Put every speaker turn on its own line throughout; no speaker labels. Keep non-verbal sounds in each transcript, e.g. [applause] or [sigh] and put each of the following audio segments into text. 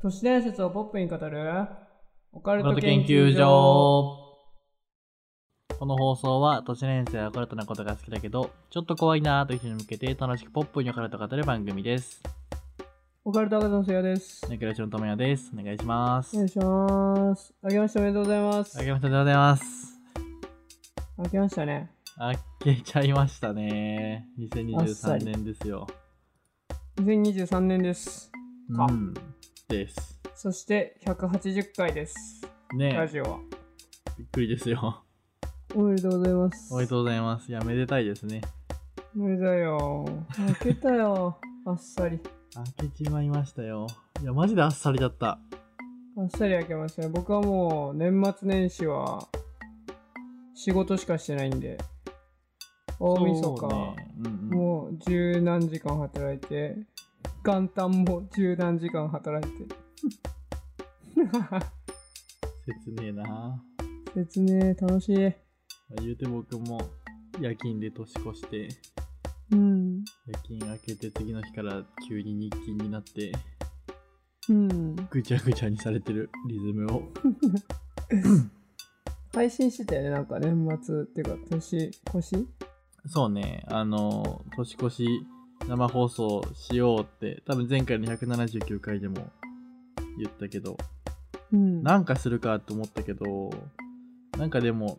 都市伝説をポップに語るオカ
オ
ル
カ
ト
ルト
研
研
究
究
所
所この放送は都市伝説やオカルトなことが好きだけどちょっと怖いなーという人に向けて楽しくポップにオカルトを語る番組です
オカルトアカデミーのせいやです
ネクラチのともやですお願いします
お願いしますあけましておめでとうございます
あけましておめでとうございます
あけましたね
あけちゃいましたね
あっさ
2023
り
年ですよ
2023年ですか
うんです
そして180回ですラ
ねえ
ジオは
びっくりですよ
おめでとうございます
おめでとうございますいやめでたいですね
おめでとうよ開けたよ [laughs] あっさり
あけちまいましたよいやマジであっさりだった
あっさり開けましたね僕はもう年末年始は仕事しかしてないんで大晦日、
そうねうんうん
もう十何時間働いて元旦も十何時間働い
[laughs]
て
切ねえな、ま
説明楽しい
あ、言うて僕も夜勤で年越して
うん
夜勤明けて次の日から急に日勤になって
うん
ぐちゃぐちゃにされてるリズムを
配信してたよねなんか年末っていうか年越し
そうねあの年越し生放送しようって多分前回の179回でも言ったけど
うん
なんかするかと思ったけどなんかでも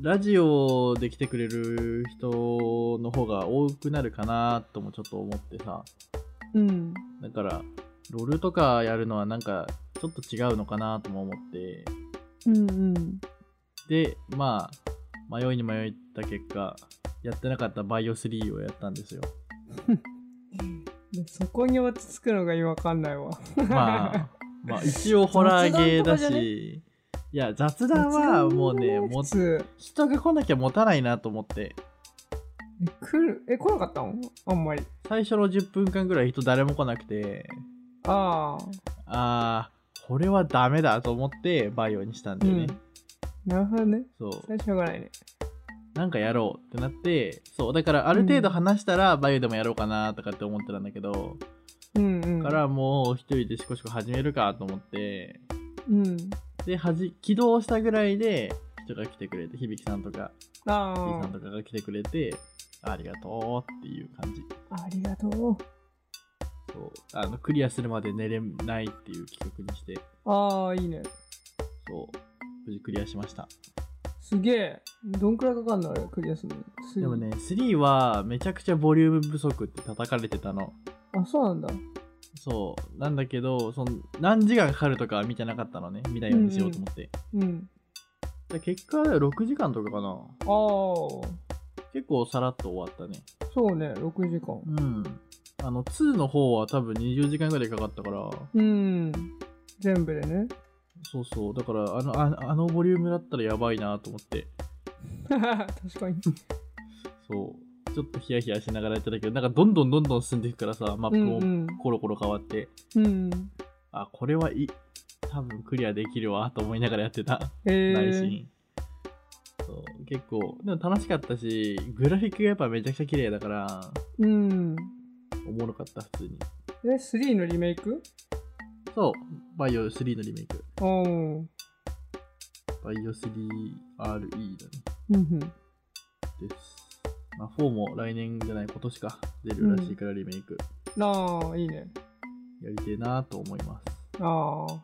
ラジオで来てくれる人の方が多くなるかなともちょっと思ってさ
うん
だから、ロールとかやるのはなんかちょっと違うのかなとも思って、
うんうん
で、まあ、迷いに迷った結果、やってなかったバイオ3をやったんで
[laughs]
すよ。
でそこに落ち着くのがわかんないわ
まあ、まあ、一応ホラーゲ
雑談
ーだ
とかじゃね
し、いや、雑談はもうね、も
も
う
つ
人が来なきゃ持たないなと思って、
え来るえ来なかったのあんまり
最初の10分間ぐらい人誰も来なくて、
ああ
あー、これはダメだと思ってバイオにしたんだよね。
うんなるほどね
そう。
最初はないね
なんかやろうってなってそうだからある程度話したら、バイオでもやろうかなとかって思ってたんだけど、
うんうん
からもう一人でしこしこ始めるかと思って
うん
ではじ起動したぐらいで人が来てくれて響さんとか
あ
響
あ
さんとかが来てくれてありがとうっていう感じ
ありがとう
そうあのクリアするまで寝れないっていう企画にして
ああいいね
そう無事クリアしました
すげえどんくらいかかんのあれクリアするのす
でもね3はめちゃくちゃボリューム不足って叩かれてたの
あそうなんだ
そうなんだけどその何時間かかるとかは見てなかったのね見ないようにしようと思って、
うん
で結果6時間とかかな
ああそ
結構さらっと終わったね
うね6時間
うんあの2の方は多分20時間ぐらいかかったから
うん全部でね [laughs]
そうそうだからあのああのボリュームだったらやばいなと思って
確かに
そうちょっとヒヤヒヤしながらやってたけどなんかどんどんどんどん進んでいくからさマ
う
ッ
ん
プ
う
も
ん
コロコロ変わって、
うん
あこれはい多分クリアできるわと思いながらやってた
え
内
ー、
心、そう結構でも楽しかったしグラフィックがやっぱめちゃくちゃ綺麗だから
うん
おもろかった普通に
え3のリメイク
そうバイオ3のリメイク
ああうん
バイオ 3RE だね
うん
です、まあ、4も来年じゃない今年か出るらしいからリメイク、
ああいいね
やりてえなと思います
ああ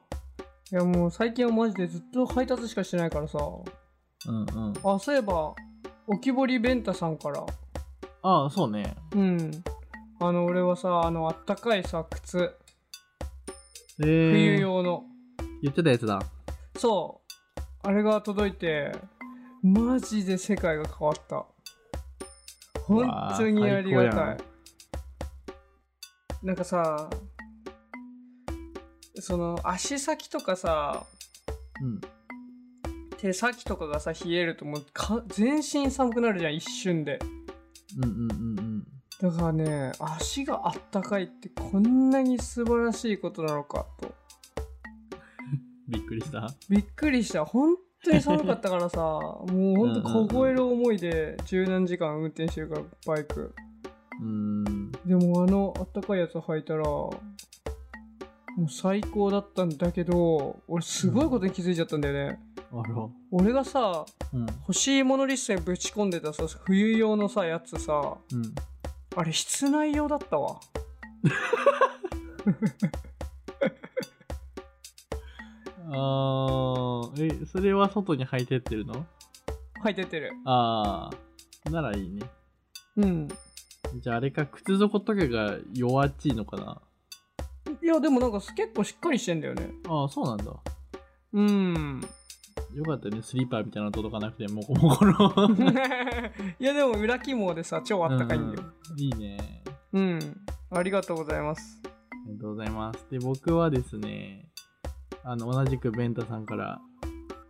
いやもう最近はマジでずっと配達しかしてないからさ
うんうん
あそういえばおきぼりベンタさんから
ああそうね
うんあの俺はさあのあったかいさ靴
え
冬
ー、
用の、
言ってたやつだ
そうあれが届いてマジで世界が変わった本当にありが
うわ
た
ー最
いなんかさその足先とかさ
うん
手先とかがさ冷えるともうか全身寒くなるじゃん一瞬で
うんうんうんうん
だからね足があったかいってこんなに素晴らしいことなのかと
びっくりした
びっくりした本当に寒かったから [laughs] さもうほんと凍える思いで十何時間運転してるからバイク
うーん
でもあのあったかいやつ履いたらもう最高だったんだけど俺すごいことに気づいちゃったんだよね、
あら。
俺がさ
うん。
欲しいものリストにぶち込んでたさ冬用のさやつさ
うん。
あれ室内用だったわ
ああ、え、それは外に履いてってるの
履いてってる
ああ、ならいいね。
うん
じゃああれか、靴底とかが弱っちいのかない
やでもなんか結構しっかりしてんだよね
ああ、そうなんだ。よ
[laughs] うん
かったね、スリーパーみたいなの届かなくて、もこも
[laughs]
この。
いやでも裏起毛でさ超あったかいんだよ
うんいいね。
うん、ありがとうございます
ありがとうございます。で、僕はですね、あの、同じくベンタさんから、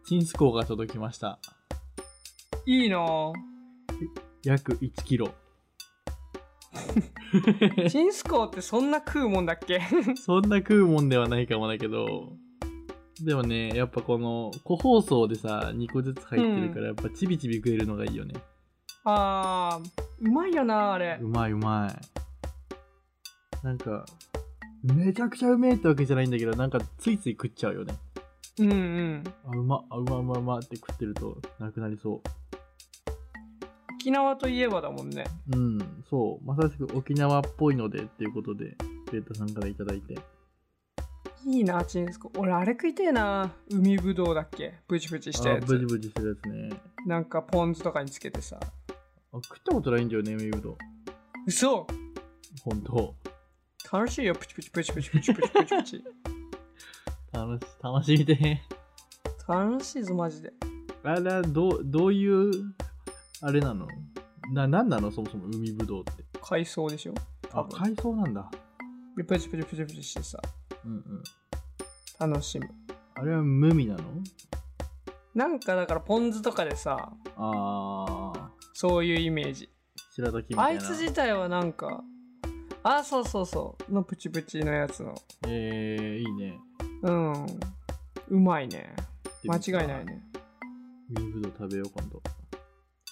チンスコーが届きました。
いいなぁ
約1キロ。
チンスコーってそんな食うもんだっけ [laughs]
そんな食うもんではないかもだけど、でもね、やっぱこの、個包装でさ、2個ずつ入ってるから、やっぱちびちび食えるのがいいよね。
あーうまいよなあれ
うまいうまい。なんか、めちゃくちゃうめえってわけじゃないんだけど、なんかついつい食っちゃうよね。
うんうん
あ、うま、あ、うまうまうまって食ってるとなくなりそ
沖縄といえばだもんね
う。うん、そう。まさしく沖縄っぽいのでっていうことで、ベータさんからいただいて。
いいなチンスコー俺あれ食いてえな海ぶどうだっけブチブチした
あ
や、
ブ
つ
ジブジするやつね。
なんかポン酢とかにつけてさ
あ、食ったことないんだよね、海ぶどう。
嘘
ほんと。
楽しいよプチプチプチプチプチプチプチプチ
楽し、楽しみで。
楽しいぞマジで
あら、どう、どういう、あれなのな、なんなのそもそも海ぶどうって。
海藻でしょ多
あ、
分
海藻なんだ。
でプチプチプチプチしてさ
うんうん。
楽しむ
あれは無味なの
なんかだからポン酢とかでさ
ああ、
そういうイメージ
白滝み
あ
たい
い
な。
つ自体はなんかあそうそうそうのプチプチのやつの
えー、いいね。
うんうまいね間違いないね
海ぶどう食べよう、今度。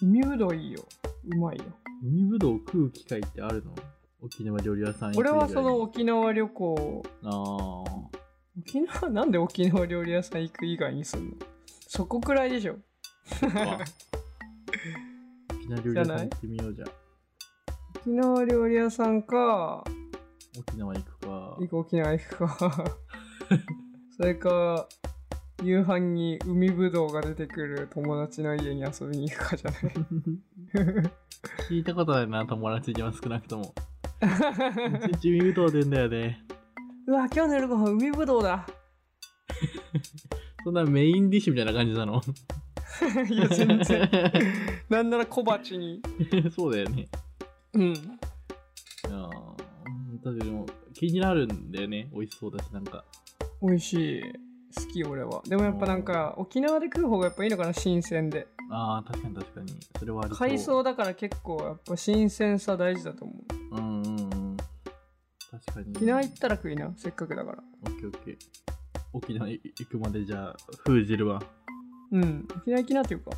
海ぶどういいようまいよ
海ぶどうを食う機会ってあるの沖縄料理屋さん行く以
俺
外に
はその沖縄旅行
あ
[laughs] 沖縄 [laughs] なんで沖縄料理屋さん行く以外にすんのそこくらいでしょ
あ、そっか沖縄料理屋さん行ってみようじゃあ。
沖縄料理屋さんか
沖縄行くか。
行く沖縄行く
[laughs]
かそれか夕飯に海ぶどうが出てくる友達の家に遊びに行くかじゃない
聞いたことないな、友達には少な
[laughs]
くとも。うち海ぶどう出んだよね。
うわ今日の夜ご飯海ぶどうだ
そんなメインディッシュみたいな感じなの
[laughs] いや全然なんなら小鉢に
[laughs] そうだよね。
うん
いやーだってでも気になるんだよね。美味しそうだし、なんか。
美味しい好き俺はでもやっぱなんか沖縄で食う方がやっぱいいのかな新鮮で
ああ、確かに確かに。それはありそ
海
う。
藻だから結構やっぱ新鮮さ大事だと思う
うんうんうん。確かに。
沖縄行ったら食いなせっかくだから
オッケーオッケー。沖縄行くまでじゃあ、封じるわ。
うん沖縄行きなっていうか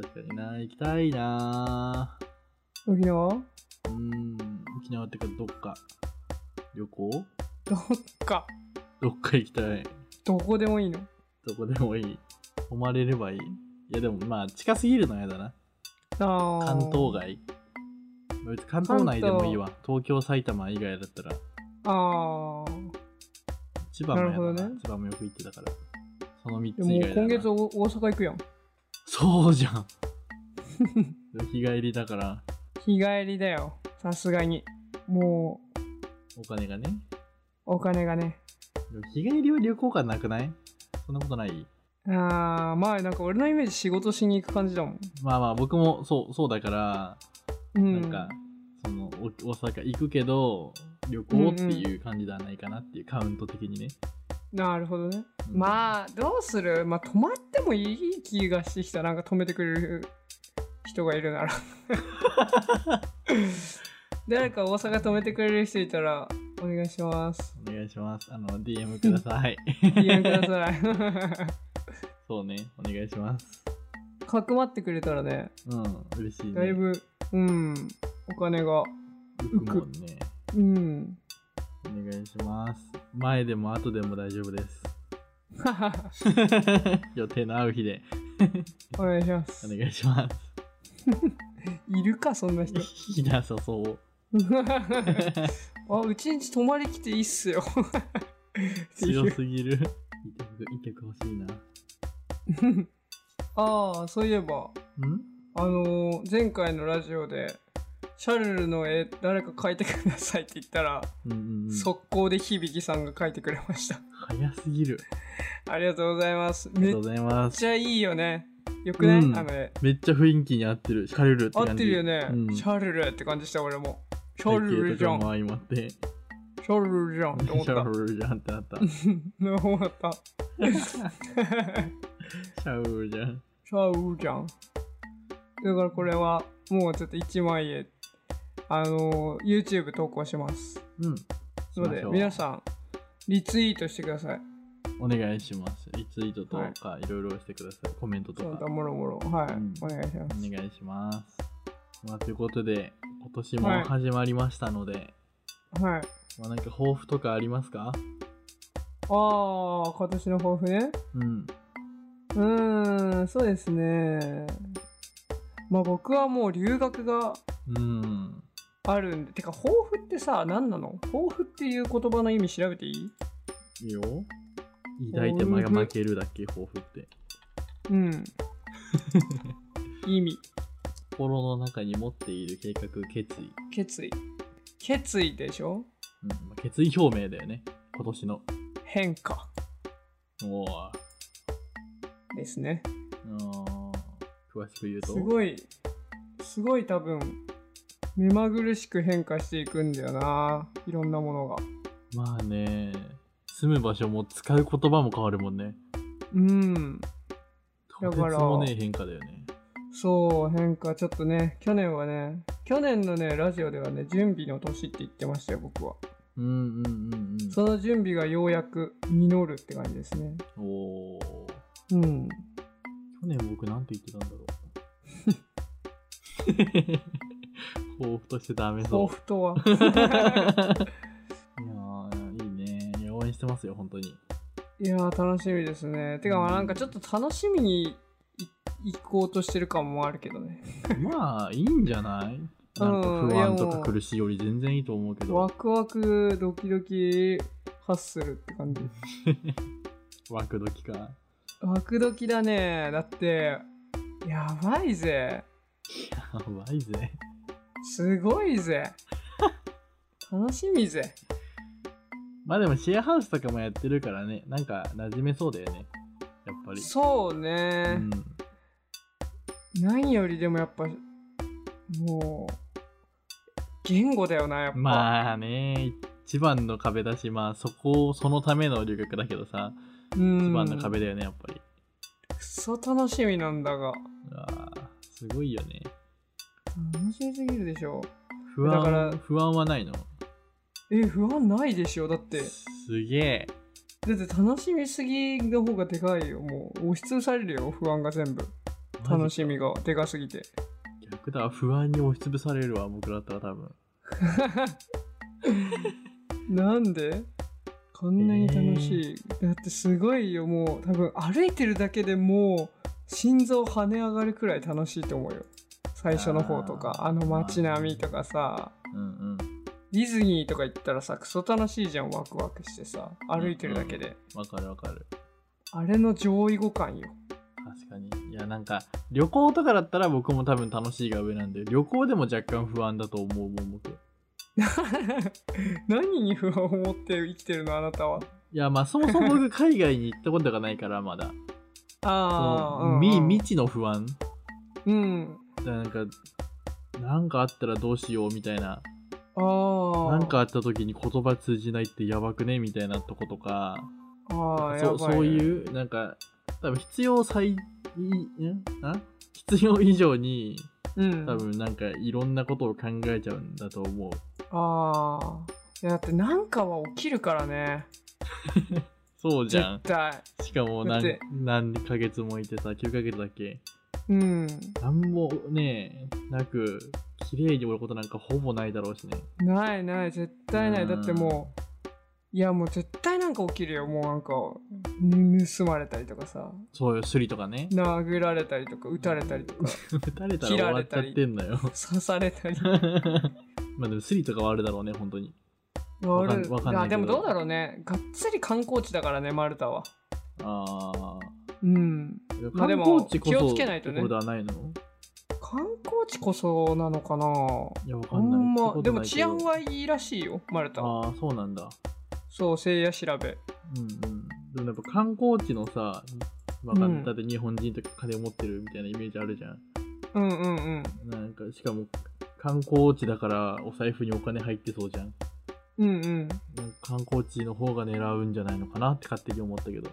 確かにな、行きたいな
沖縄 [laughs]
ー。うーん、沖縄ってか、どっか、旅行
どっか
どっか行きたい。
どこでもいいの
どこでもいい。泊まれればいい。いや、でもまあ、近すぎるのは嫌だな。
あー
関東外。別に関東内でもいいわ。東京、埼玉以外だったら。
あー
千葉もや
なるほ
だ
ど
な
ね
千葉もよく行ってたから。その3つ
でも
以
う
外だ
今
な
月お大阪行くやん
そうじゃん。日帰りだから、
日帰りだよさすがにもう
お金がね。
お金がね
でも日帰りは旅行感なくないそんなことない
あーまあなんか俺のイメージ仕事しに行く感じだもん、
まあまあ、僕もそう、そうだから、
うん、
なんか、その、お大阪行くけど、旅行っていう感じではないかなっていう、カウント的にね。
なるほどね、
うん
まあどうするまあ泊まってもいい気がしてきたなんか泊めてくれる人がいるな
[laughs]
ら誰か大阪泊めてくれる人いたらお願いし
[laughs]
ます
お願いします。あの、DM くだ
[laughs]
さい。
DM ください
そうね、お願いします。
かくまってくれたらね
うん、嬉しいね。
だいぶ、うん、お金が
浮くもんね。 [laughs]
うん、
お願いします。前でも後でも大丈夫です。 [laughs] 予定の合う日で
お願いしま
お
す。
願いしま
いるか、そんな
[laughs]
人。 [laughs]
す。いなさそう。
あ、うちんち泊まり来ていいっす
[laughs]
よ。ってい
強
う
すぎ
[laughs]
る。いい曲、いい曲欲しいな。
ああ、そういえば、
ん
あのー前回のラジオで、シャルルの絵、誰か描いてくださいって言ったら、
うんうんうん。
速攻で響さんが描いてくれました。 [laughs]
早すぎる。
ありがとうございます。
あり
め
が
っ
とうございます。
ちゃいいよね。よくね、
うん
あの絵。
めっちゃ雰囲気に合ってる。光るって
合
感じ。
ってるよね、
うん、
シャルルって感じした俺も。シャルルじゃん。シ
背景とかも相まって。シ
ャルルじゃん
[laughs]
って思った [laughs]
ャ。ウルじゃんってなった。
思った。
シャウルじゃん。
ちゃうじゃん。だからこれはもうちょっと1万円、あのー YouTube 投稿します。
うん。
ので
しましょう
皆さんリツイートしてください。
お願いします。リツイートとかいろいろしてください。コメントと
その
か
他。もろもろ。はい、
うん
お願いします。
お願いします。まあ、ということで、今年も
はい
始まりましたので、
はい。
まあ、なんか抱負とかあります
あ
か
あ、今年の抱負ね。
う
う
ん。
ーん、そうですね。まあ僕はもう留学が
うん。
あるんで、てか抱負ってさ、何なの抱負っていう言葉の意味調べていい
いいよ。抱いて負負けるだっけ、抱負って。 [laughs]
うん。意味。
心の中に持っている計画、決意。
決意決意でしょ
うんまあ、決意表明だよね。今年の。
変化
おぉ。
ですね
うん詳しく言う
す
と。
ごいすごい多分目まぐるしく変化していくんだよないろんなものが
まあね、住む場所も使う言葉も変わるもんね。
うんだ
とて
か
つ
ら
もねえ変化だよね。
そう変化ちょっとね去年はね去年のねラジオではね準備の年って言ってましたよ僕は
うんうんうんうん。
その準備がようやく実るって感じですね
おお。
うん
去年僕なんて言ってたんだ
[laughs]
ろう。抱負としてダメ
抱
そ
負
[laughs]
とは
う。いやー、いいね。いや応援してますよ、本当に。
いやー楽しみですねてかまあなんかちょっと楽しみにい行こうとしてる感もあるけどね
まあ、いいんじゃないなんか不安とか苦しいより全然いいと思うけど。
ワクワクドキドキハッスルって感じ
ワクドキか。
ワクドキだねだってやばいぜ
[laughs] やばいぜ。
すごい
[laughs]
ぜ楽しみぜ
まあでもシェアハウスとかもやってるからね、なんか馴染めそうだよね。やっぱり。
そう
う
ね、
ん。
何よりでもやっぱもう言語だよなやっぱ、
まあね、一番の壁だし、まあそこ、そのための留学だけどさ、
うん
一番の壁だよね、やっぱり。
くそ楽しみなんだが
うわあすごいよね。
楽しみすぎるでしょ
不安
だから
不安はないの
え不安ないでしょだって
すげえ。
だって楽しみすぎの方がでかいよもう押しつぶされるよ不安が全部楽しみがでかすぎて
マジ逆だ、不安に押しつぶされるわ、僕だったら多分。
なんでこんなに楽しい、だってすごいよもう多分歩いてるだけでもう心臓跳ね上がるくらい楽しいと思うよ最初の方とか
あー
あの街並みとかさ
うんうん。
ディズニーとか行ったらさクソ楽しいじゃんワクワクしてさ歩いてるだけで、
わかるわかる。
あれの上位互換よ
確かに。いや、なんか、旅行とかだったら僕も多分楽しいが上なんで、旅行でも若干不安だと思うもん、僕。い
何に不安を持って生きてるのあなたは
や、まあ、そもそも僕、海外に行ったことがないから、まだ。
[laughs]
そ
ああ、
の
うんう
未
ん
未知の不安。
うん
だからなんか、なんかあったらどうしようみたいな。
ああ
なんかあった時に言葉通じないってやばくねみたいなとことか、
ああやばいね、
そうそういう、なんか、多分必要最、いんあ必要以上に、
うん、
多分なんかいろんなことを考えちゃうんだと思う。
ああいやだってなんかは起きるからね
そうじ
絶
ゃん。
対
しかも
だっ
何
て
何ヶ月もいてさ、9ヶ月だっけ
うん
何もね、なく、綺麗に終わることなんかほぼないだろうしね。
ないない絶対ない
うん
だってもういやもう絶対なんか起きるよもうなんか盗まれたりとかさ
そうよ、スリとかね。
殴られたりとか撃たれたりとか
打たれたら終わっちゃってんだよ。 [laughs]
刺されたり
まあでもスリとかはあるだろうね、本当に。
あ
わかん
る
わかんない
や
けど
でもどうだろうねがっつり観光地だからねマルタは
ああ。
うんまあ
観
でも
光地こ
気を
そ
つけないとね
ところではないの
観光地こそなのかない
や、わか
ほ
んない。
ん
行った
ま
こと
でも
ないけ
治
ど
安はいいらしいよマルタは
ああ、そうなんだ。
そう聖夜調べ
うんうん。でもやっぱ観光地のさ、わかんな
うん
い。だって日本人とか金持ってるみたいなイメージあるじゃん。
うんうんうん
なんか、しかも観光地だからお財布にお金入ってそうじゃん。
うんうん
なんか観光地の方が狙うんじゃないのかなって勝手に思ったけど。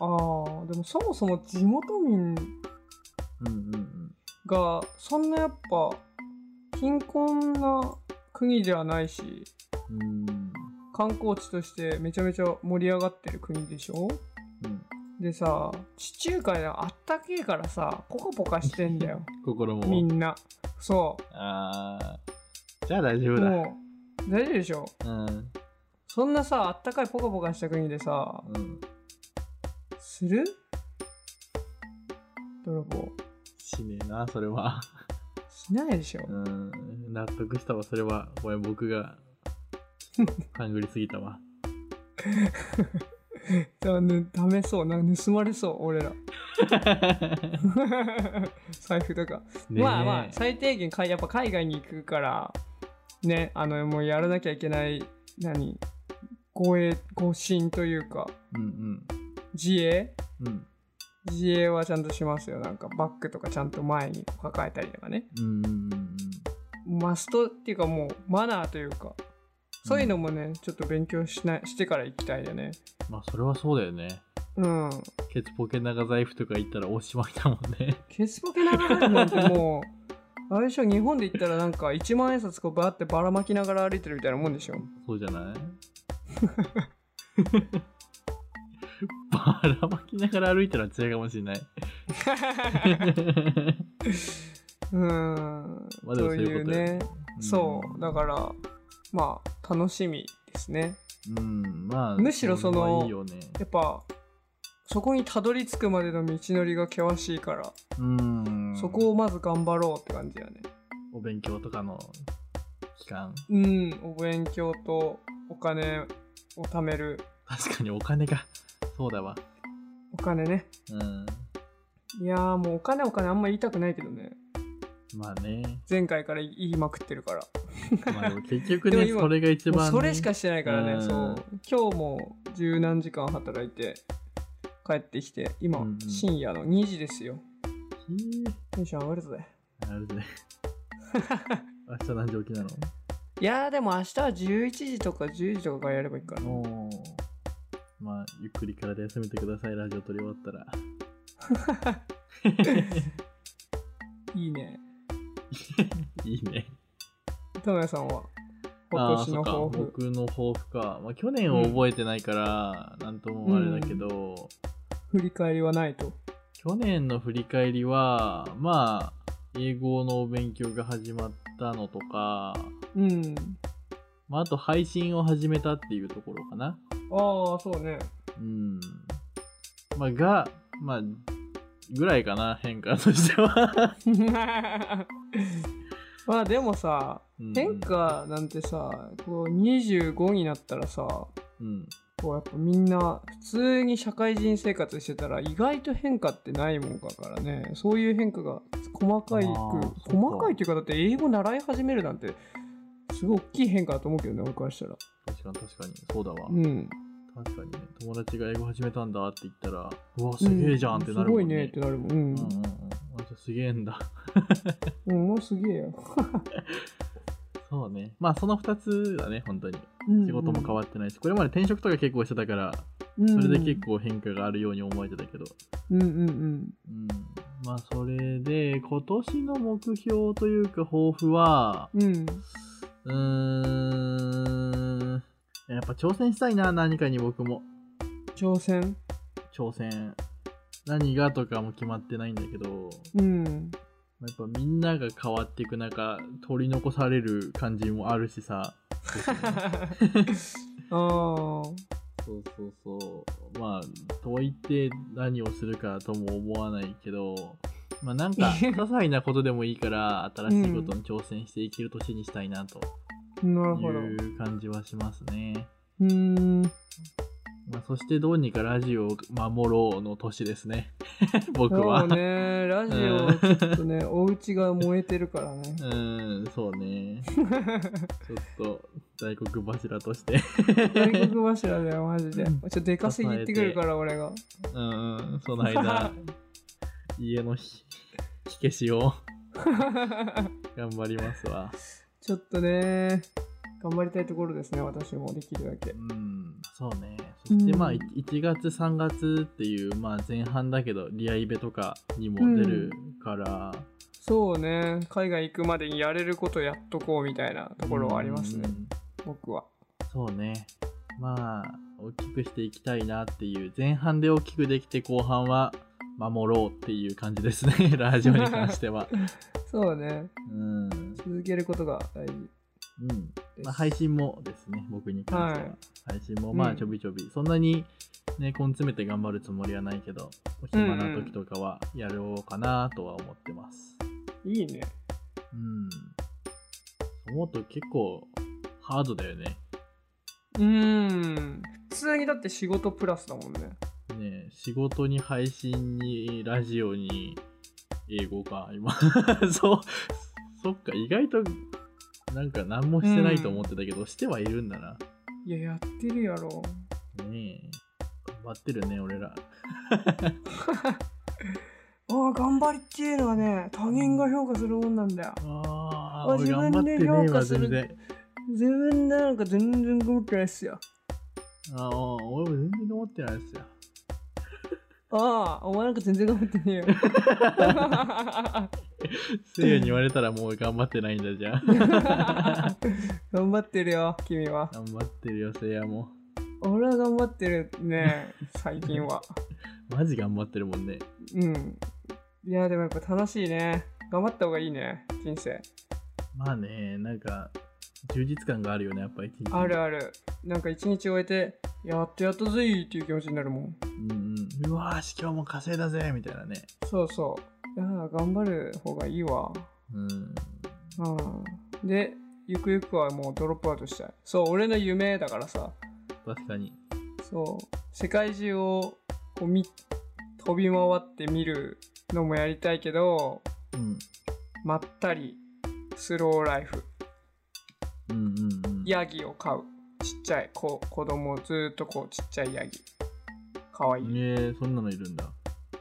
あーでもそもそも地元民
うんうんうん。
がそんなやっぱ貧困な国ではないし
うん。
観光地としてめちゃめちゃ盛り上がってる国でしょ
うん、
でさ地中海であったけえからさポカポカしてんだよ
心も。
みんなそ
あーじゃあ大丈
う
夫だ。
もう大丈夫でしょ
うん。
そんなさあったかいポカポカした国でさ
うん。
する泥棒
しねえな、それは。
しないでしょ
うん。納得したわ、それは。ごめん、僕が。ハングリすぎた [laughs] わ。
だぬダメそうなんか盗まれそう俺ら [laughs] 財布とか
ねえ
まあまあ最低限かやっぱ海外に行くからねあのもうやらなきゃいけない何護衛護身というか
うん
自衛
うん。うん。
自衛はちゃんとしますよなんかバッグとかちゃんと前にこう抱えたりとかね
うんうんうん。
マストっていうかもうマナーというかそういうのもね、ちょっと勉強しないしてから行きたいよね
まあ、それはそうだよね。
うん
ケツポケ長財布とか言ったらおしまいだもんね。 [laughs]
ケツポケながらなんてもうあれでしょ日本で言ったらなんか一万円札こうバーってばらまきながら歩いてるみたいなもんでしょ
そうじゃない [laughs] ばらまきながら歩いたら違うかもしれ [laughs] ない。
うーん、
まあでもそういうことよ
ね、そうだからまあ楽しみですね
ら、うん、まあ、
むしろその
れはいいよね。
やっぱそこにたどり着くまでの道のりが険しいから、
うん、
そこをまず頑張ろうって感じだね
お勉強とかの期間。
うんお勉強とお金を貯める
確かにお金が、そうだわ。
お金ね
うん。
いやーもうお金お金あんま言いたくないけどね
まあね。
前回から言いまくってるから
まあ、でも結局
[laughs] でも
ね、
今
それが一
もう
番、
そ
[laughs]
れしかしてないから
う
ね
ん
そう今日も十何時間働いて帰ってきて今、
うんうん
深夜の2時ですよ
ひ
テンション上がるぜ
ーなる [laughs] ぜ。明日何時起きなの
いやーでも明日は11時とか10時とかからやればいいからな
おーまあ、ゆっくり体休めてください、ラジオ撮り終わったら。
いいね
いいね。
田村さんは今
ああ
年
そ
の
っか
抱負
僕の抱負か。まあ、去年を覚えてないから、なんともあれだけど、
振り返りはないと
去年の振り返りは、まあ、英語のお勉強が始まったのとか、
うん
まあ、あと配信を始めたっていうところかな。
ああそうね [laughs]
うん。まあ、が、まあ、ぐらいかな、変化としては。
まあでもさ
うん
変化なんてさこう25になったらさ
うん。
こうやっぱみんな普通に社会人生活してたら意外と変化ってないもんだからねそういう変化が細かい
あーそっ
く
か
細かいっていうかだって英語習い始めるなんてすごい大きい変化だと思うけどね俺からしたら
確かに確かに。そうだわ。
うん
確かにね。友達が英語始めたんだって言ったら、うわ、すげえじゃんってなるも
うんすご
ん
いねってなるもんう
うんんうんうん。あじゃあすげえんだ。 [laughs]
うん、うん、すげえよ
そうね。まあ、その2つだね、本当に。仕事も変
わ
わってないし、これまで転職とか結構してたから、
る
それで結構変化があるように思えてたけど。
うんうんうん
うん。まあ、それで、今年の目標というか、抱負は、
うん
うーん、やっぱ挑戦したいな、何かに僕も。
挑戦
挑戦。何がとかも決まってないんだけど、 [laughs]
うん
やっぱみんなが変わっていく中、取り残される感じもあるしさ。
ああ
そうそうそう。まあ、とはいって何をするかとも思わないけど、まあなんか、些細なことでもいいから、新しいことに挑戦していける年にしたいなと
なるほどう
いう感じはしますね。
ーん
まあ、そしてどうにかラジオを守ろうの年ですね。 [laughs] 僕
そ
は。
うねラジオ
うん
ちょっとねお家が燃えてるからね
うん、そう [laughs] ね。ちょっと、大黒柱として。
大黒柱だよマジでち
うん
ょっとでかすぎってくるから俺が
うん、その
[laughs]
間、家の火火消しを頑張りますわ。
ちょっとね頑張りたいところですね私もできるだけ
うん、そうね。そしてまあ、
うん
い1月、3月っていう、まあ前半だけど、リアイベとかにも出るから、
そうね海外行くまでにやれることやっとこうみたいなところはありますね
うん
僕は
そうね。まあ、大きくしていきたいなっていう、前半で大きくできて、後半は守ろうっていう感じですね、ラジオに関して
[laughs]
は。
そうね
うん。う
続けることが大事
ん。
です
まあ、配信もですね、僕に関しては。
はい
配信もま
う
あ
ん
ちょびちょび、そんなにね、根詰めて頑張るつもりはないけど、お暇な時とかはやろうかなとは思ってます。
いいね
うん。思うと結構ハードだよね。
うーん普通にだって仕事プラスだもんね
ね仕事に配信にラジオに英語か、今。 [laughs] そう、そっか、意外となんか何もしてないと思ってたけど、してはいるんだな。
いややってるやろ
ねえ。頑張ってるね、俺ら。
ああ頑張りっていうのはね他人が評価するもんなんだよ
あ
ー俺頑張ってねえわ
わ
全然。自分でなんか全然頑張ってないっすよ
ああ、俺も全然思ってないですよ。
ああお前なんか全然頑張ってねえよ
せいやに言われたらもう頑張ってないんだじゃん。
頑張ってるよ君は
[laughs] 頑張ってるよ、せいやも。
俺は頑張ってるね最近は
マジ頑張ってるもんね。
うんいやでもやっぱ楽しいね頑張った方がいいね人生
まあね、なんか、充実感があるよね、やっぱ一日。
あるあるなんか一日終えてやっとやったぜーっていう気持ちになるもん
うんうん。うわーし、今日も稼いだぜ、みたいなね。
そうそういやー頑張る方がいいわ
うん。
うんでゆくゆくはもうドロップアウトしたいそう俺の夢だからさ
確かに。
そう世界中をこう見飛び回って見るのもやりたいけど
うん。
まったりスローライフ
うんうんうん。、
ヤギを飼うちっちゃい子子供をずーっとこうちっちゃいヤギかわいい、
ねえそんなのいるんだ。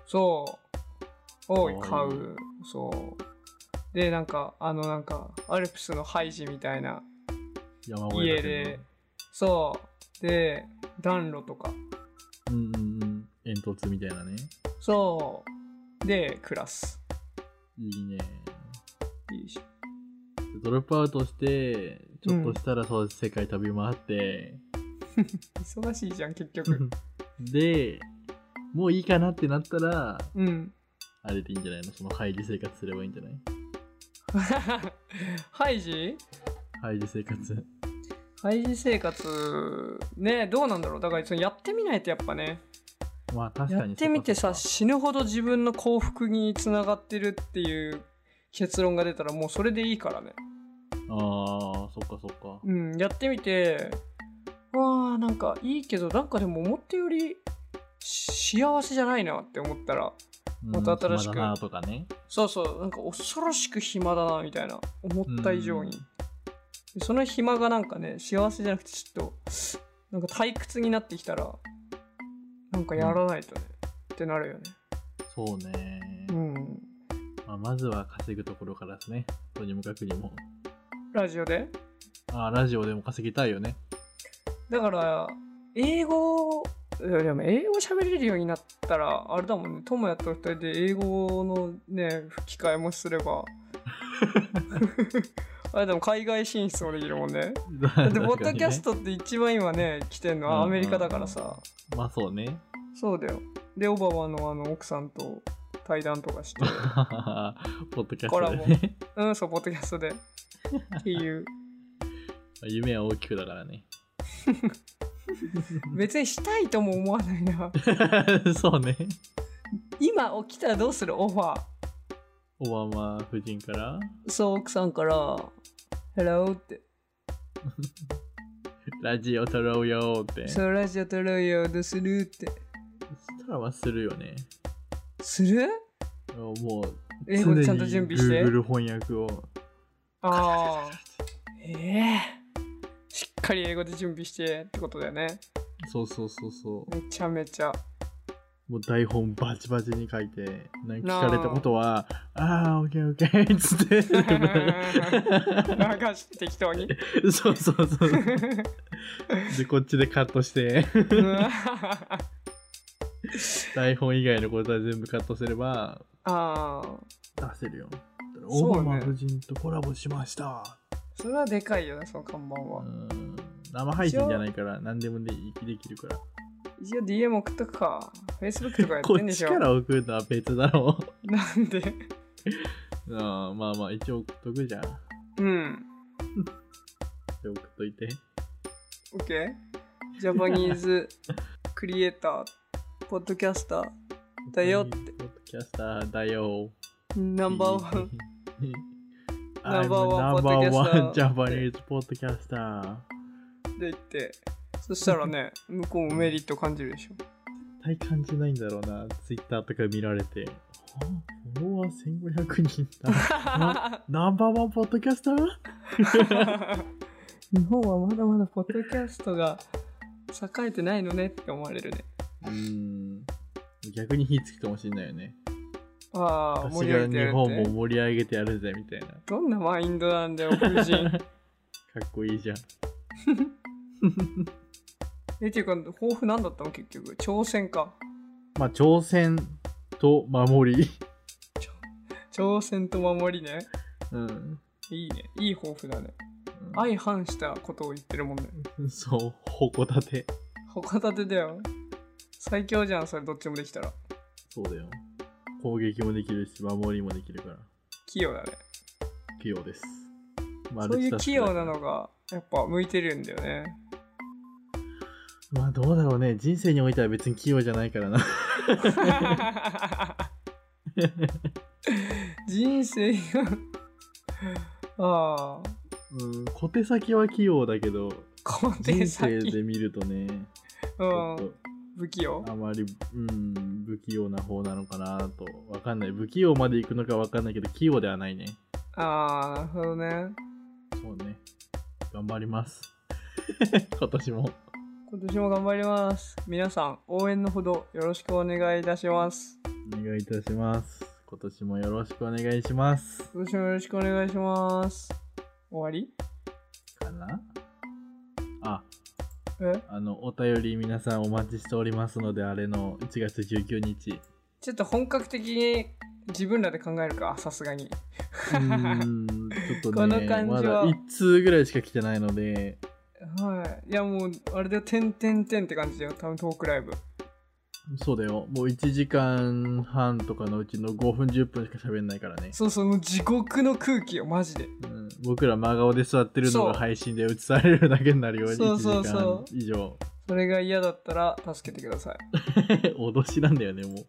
そうを
か
飼
わいいう
そうでなんかあのなんかアルプスのハイジみたいな
山小
家
屋だけど
で。そうで暖炉とか
うんうんうん。煙突みたいなね。
そうで暮らす
いいね。
いいし
ドロップアウトして、ちょっとしたらそう、世界旅回って、
忙しいじゃん結
[laughs]
局
で、もういいかなってなったら、
うん
あれでいいんじゃないのその入り生活すればいいんじゃない
[laughs] ハイジ
入り
[laughs]
生活。
ハイジ生活ねどうなんだろうだからそのやってみないとやっぱね
まあ確かに
やってみてさ
そっか
死ぬほど自分の幸福につながってるっていう結論が出たらもうそれでいいからね
ああ、そっかそっか。
うんやってみてわあなんかいいけどなんかでも思ったよりし幸せじゃないなって思ったらまた新しく
うん暇だなとかね。
そうそうなんか恐ろしく暇だなみたいな思った以上に
うん
でその暇がなんかね幸せじゃなくてちょっとなんか退屈になってきたらなんかやらないとね、ってなるよね
そうね。
うん
まあ、まずは稼ぐところからですね。とにもかくにも。
ラジオで
ああ、ラジオでも稼ぎたいよね。
だから英語をいやでも英語喋れるようになったらあれだもんね友也と二人で英語のね吹き替えもすれ [laughs] ばあれでも海外進出もできるもん [laughs] ねだ
[laughs] だ
ってポッドキャス。トって一番今ね来てんの
うん
は
うん
アメリカだからさ、
まあそうね。 [laughs]
そうだよでオバマのあの奥さんと対談とかして
[laughs] ポッドキャスト [laughs] でね。
うんそうポッドキャストでっていう
夢は大きくだからね。
別にしたいとも思わないな
[laughs] そうね。
今起きたらどうするオファー
オバマ夫人から、
そう奥さんから「Hello」って
ラジオ撮ろうよー
「
って。そ
そうラジオ撮ろうよどうする?」って
したらはするよね。
する
もう、
英語でちゃんと準備して
常に Google 翻訳を。
ああええしっかり英語で準備してってことだよね
そうそうそうそう。
めちゃめちゃ
もう台本バチバチに書いて、なんか聞かれたことは、ああ、オッケーオッケーっつって、
流して適当
[laughs]
に [laughs]
そうそうそう。で、こっちでカットして、
うわ
台本以外のことは全部カットすれば
ああ
出せるよ。だから
そう
オ
ね
バマ夫人とコラボしました。
それはでかいよねその看板
う
は
ん生配信じゃないから、何でもでできるから。
一応 DM 送っとくか Facebook とかやっ
こ
てん
っ
でし
ち
ょ
から送るのは別だろう。 [laughs]
なんで
うんまあまあ、一応送っとくじゃん。
うん
で送っといて。
OK ジャパニーズクリエイターポッドキャスターだよって
ポッドキャスターだよ。
ナンバーワ
[laughs]
ン。
ナ
ナ
ン
ンバ
バー
ー
ワ
ワ
ン
ン
ポ
ポ
ッ
ッド
ドキ
キ
ャ
ャ
ス
ス
タ
ター
ー。ジャパニーズポッドキャスター。
で言ってそしたらね向こうもメリット感じるでしょ
絶対感じないんだろうな。ツイッターとか見られて。あフォロワー1500人
[laughs]
だ。ナンバーワンポッドキャスター
日本はまだまだポッドキャストが栄えてないのねって思われるね
うーん。逆に火つくかもしれないよね。
ああ
私
盛り上
が
げてや
日
る
本
っ
も
て
盛り上げてやるぜみたいな。
どんなマインドなんだよ夫人
かっこいいじゃん。
えっていうか抱負なんだったの結局挑戦か
まあ、挑戦と守り。
挑戦と守りね
うん。
いいねいい抱負だね
い。
相反したことを言ってるもんね
そう、矛立て。
他立てだよ最強じゃんそれどっちもできたら
そうだよ。攻撃もできるし、守りもできるから、
器用だね
器用です。マ
そう
ル
い
チ
う
タスク
器
だ
用なのがやっぱ向いてるんだよ
[laughs]
ね
まあ、どうだろうね。人生においては別に器用じゃないからな。
人生がああ
うん、小手先は器用だけど、
小手
人生
先、
で見るとね、ち
う
ょっ
ん、不器用
と、あまり、うん、不器用な方なのかなと。わかんない。不器用まで行くのかわかんないけど、器用ではないね。
ああなるほどね
そうね。頑張り
[laughs]
ます。今年も。
今年も頑張ります皆さん応援のほどよろしくお願いいたします
お願いいたします。今年もよろしくお願いします。
今年もよろしくお願いします終わり
かなあ、
え
あの、お便り皆さんお待ちしておりますので、あれの1月19日。
[laughs] ちょっと本格的に自分らで考えるかさすがに
うーん、ちょっ
こ
とね、
の感じ
ま
は
だ1通ぐらいしか来てないので、
はいいやもうあれだよ「てんてんてん」って感じだよ多分トークライブ
そうだよ、もう1時間半とかのうちの5分、10分しか喋んないからね。
そうそうもう地獄の空気よマジで
うん、僕ら真顔で座ってるのが
そう
配信で映されるだけになるように、
そ
1
う
時
そう
間
そ
以上。
それが嫌だったら助けてください
[laughs] 脅しなんだよね、もう。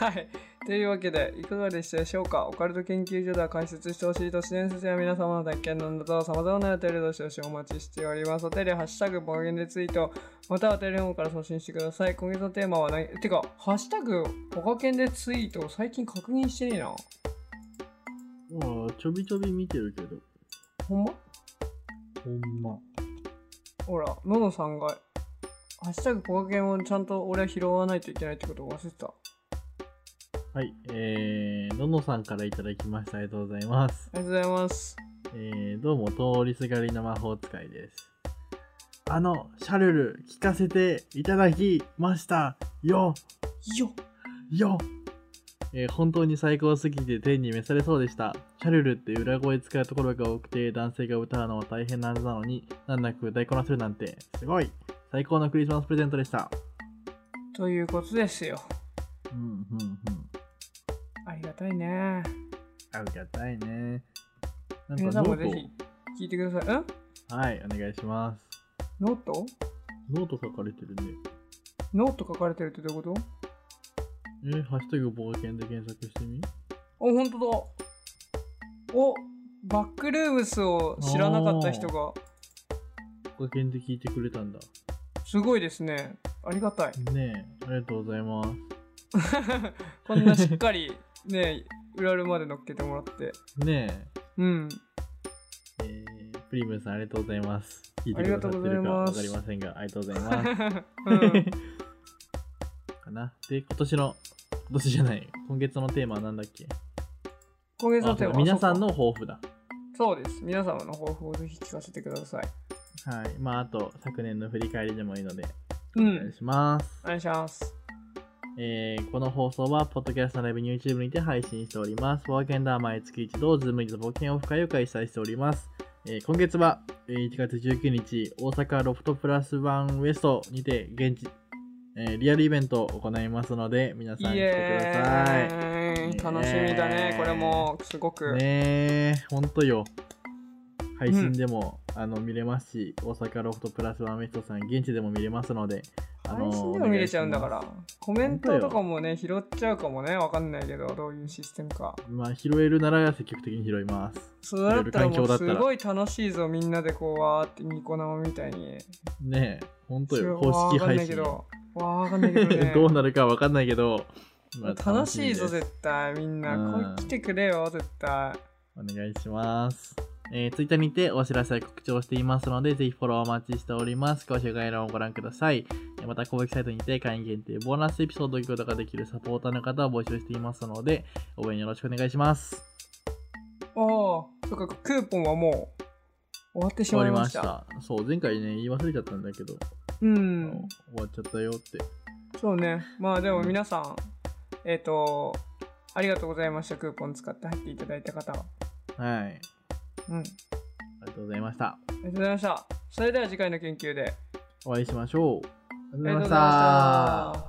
はいというわけでいかがでしたでしょうかオカルト研究所では解説してほしい都市伝説や皆様の体験などさまざまなお便りをどしどしお待ちしておりますお便りはハッシュタグ暴言でツイートまたはお便り本から送信してください今月のテーマは何てかハッシュタグ保護犬でツイートを最近確認してねえな
ああ、ちょびちょび見てるけど。
ほんま
ほんま。
ほら、ののさんが、ハッシュタグポカゲンをちゃんと俺は拾わないといけないってことを忘れてた。あ
はい、えー、ののさんからいただきました。ありがとうございます。
りがとうございます。
えー、どうも、通りすがりの魔法使いです。あの、シャルル、聞かせていただきましたよ
よ
よえー本当に最高すぎて天に召されそうでした。シャルルって裏声使うところが多くて男性が歌うのは大変なはずなのに難なく歌いこなせるなんてすごい最高のクリスマスプレゼントでした。
ということですよ。
うんうんうん。
ありがたいね。
ありがたいね。なん
皆
か
さん
ノ
も
ー
ぜ
ト
ひ、聞いてください。ん
はい、お願いします。
ノート
ノート書かれてるね。
ノート書かれてるってどういうこと
えーハッシュタグ冒険で検索してみ
お、ほんとだ。お、バックルームスを知らなかった人が、
冒険で聞いてくれたんだ。
すごいですね。ありがたい。
ねえ、ありがとうございます。
[laughs] こんなしっかり、ね、裏ルまで乗っけてもらって。
ね [laughs]
うん。
え、えープリムさんありがとうございます。聞いてくださってるかわかりませんが、ありがとうございます。
うん、
[laughs] かな。で、今年の、今年じゃない、今月のテーマはなんだっけ
今月の
あ
テーマは
皆さんの
そうか
抱負だ。
そうです皆様の抱負をぜひ聞かせてください
はい。まあ、あと、昨年の振り返りでもいいので、
う
お願い
ん
します。
お願いします
えーこの放送は、ポッドキャストライブに YouTube にて配信しております。冒険ダー毎月一度、ズームイズ冒険オフ会を開催しております。えー今月は、えー1月19日、大阪ロフトプラスワンウエストにて、現地、えーリアルイベントを行いますので、皆さん
イ
来てくだ
エ
さ
ーイ楽しみだね
ね
これもすごく、
い。ねえ、ほんとよ。配信でも、あの見れますし、大阪ロフトプラスワンウエストさん、現地でも見れますので、あの
配信でも見れちゃうんだか
お
ら
願いし
コメントとかもね拾っちゃうかもねわかんないけどどういうシステムか
まあ、拾えるなら積極的に拾います。
そうだったらも
環境だ
う
った
す
ら
ごい楽しいぞみんなでこうわーってニコ生みたいに
ねえ、ほんとよ、
そう
公
わー
式
わかん
配
ない
信。
けどわーわかんないけどね [laughs]
[laughs] どうなるかわかんないけど、まあ
楽しいぞ
楽みです
絶対みん
うん
なこう来てくれよ絶対
お願いします。えー、ツイッターにてお知らせや告知をしていますので、ぜひフォローお待ちしております。詳しい概要欄をご覧ください。えーまた、公式サイトにて会員限定ボーナスエピソードを聞くことができるサポーターの方を募集していますので、応援よろしくお願いします。
ああ、そっか、クーポンはもう終わってしまいました。
終わりました。そう、前回ね、言い忘れちゃったんだけど、
う
あ
ん、
の終わっちゃったよって。
そうね。まあでも皆さん、えっ、と、ありがとうございました。クーポン使って入っていただいた方は。
はい。
うん、あり
ありがとうございました。
がとうございました。それでは次回の研究で。
お会いしましょう。あり
あ
がとうございました。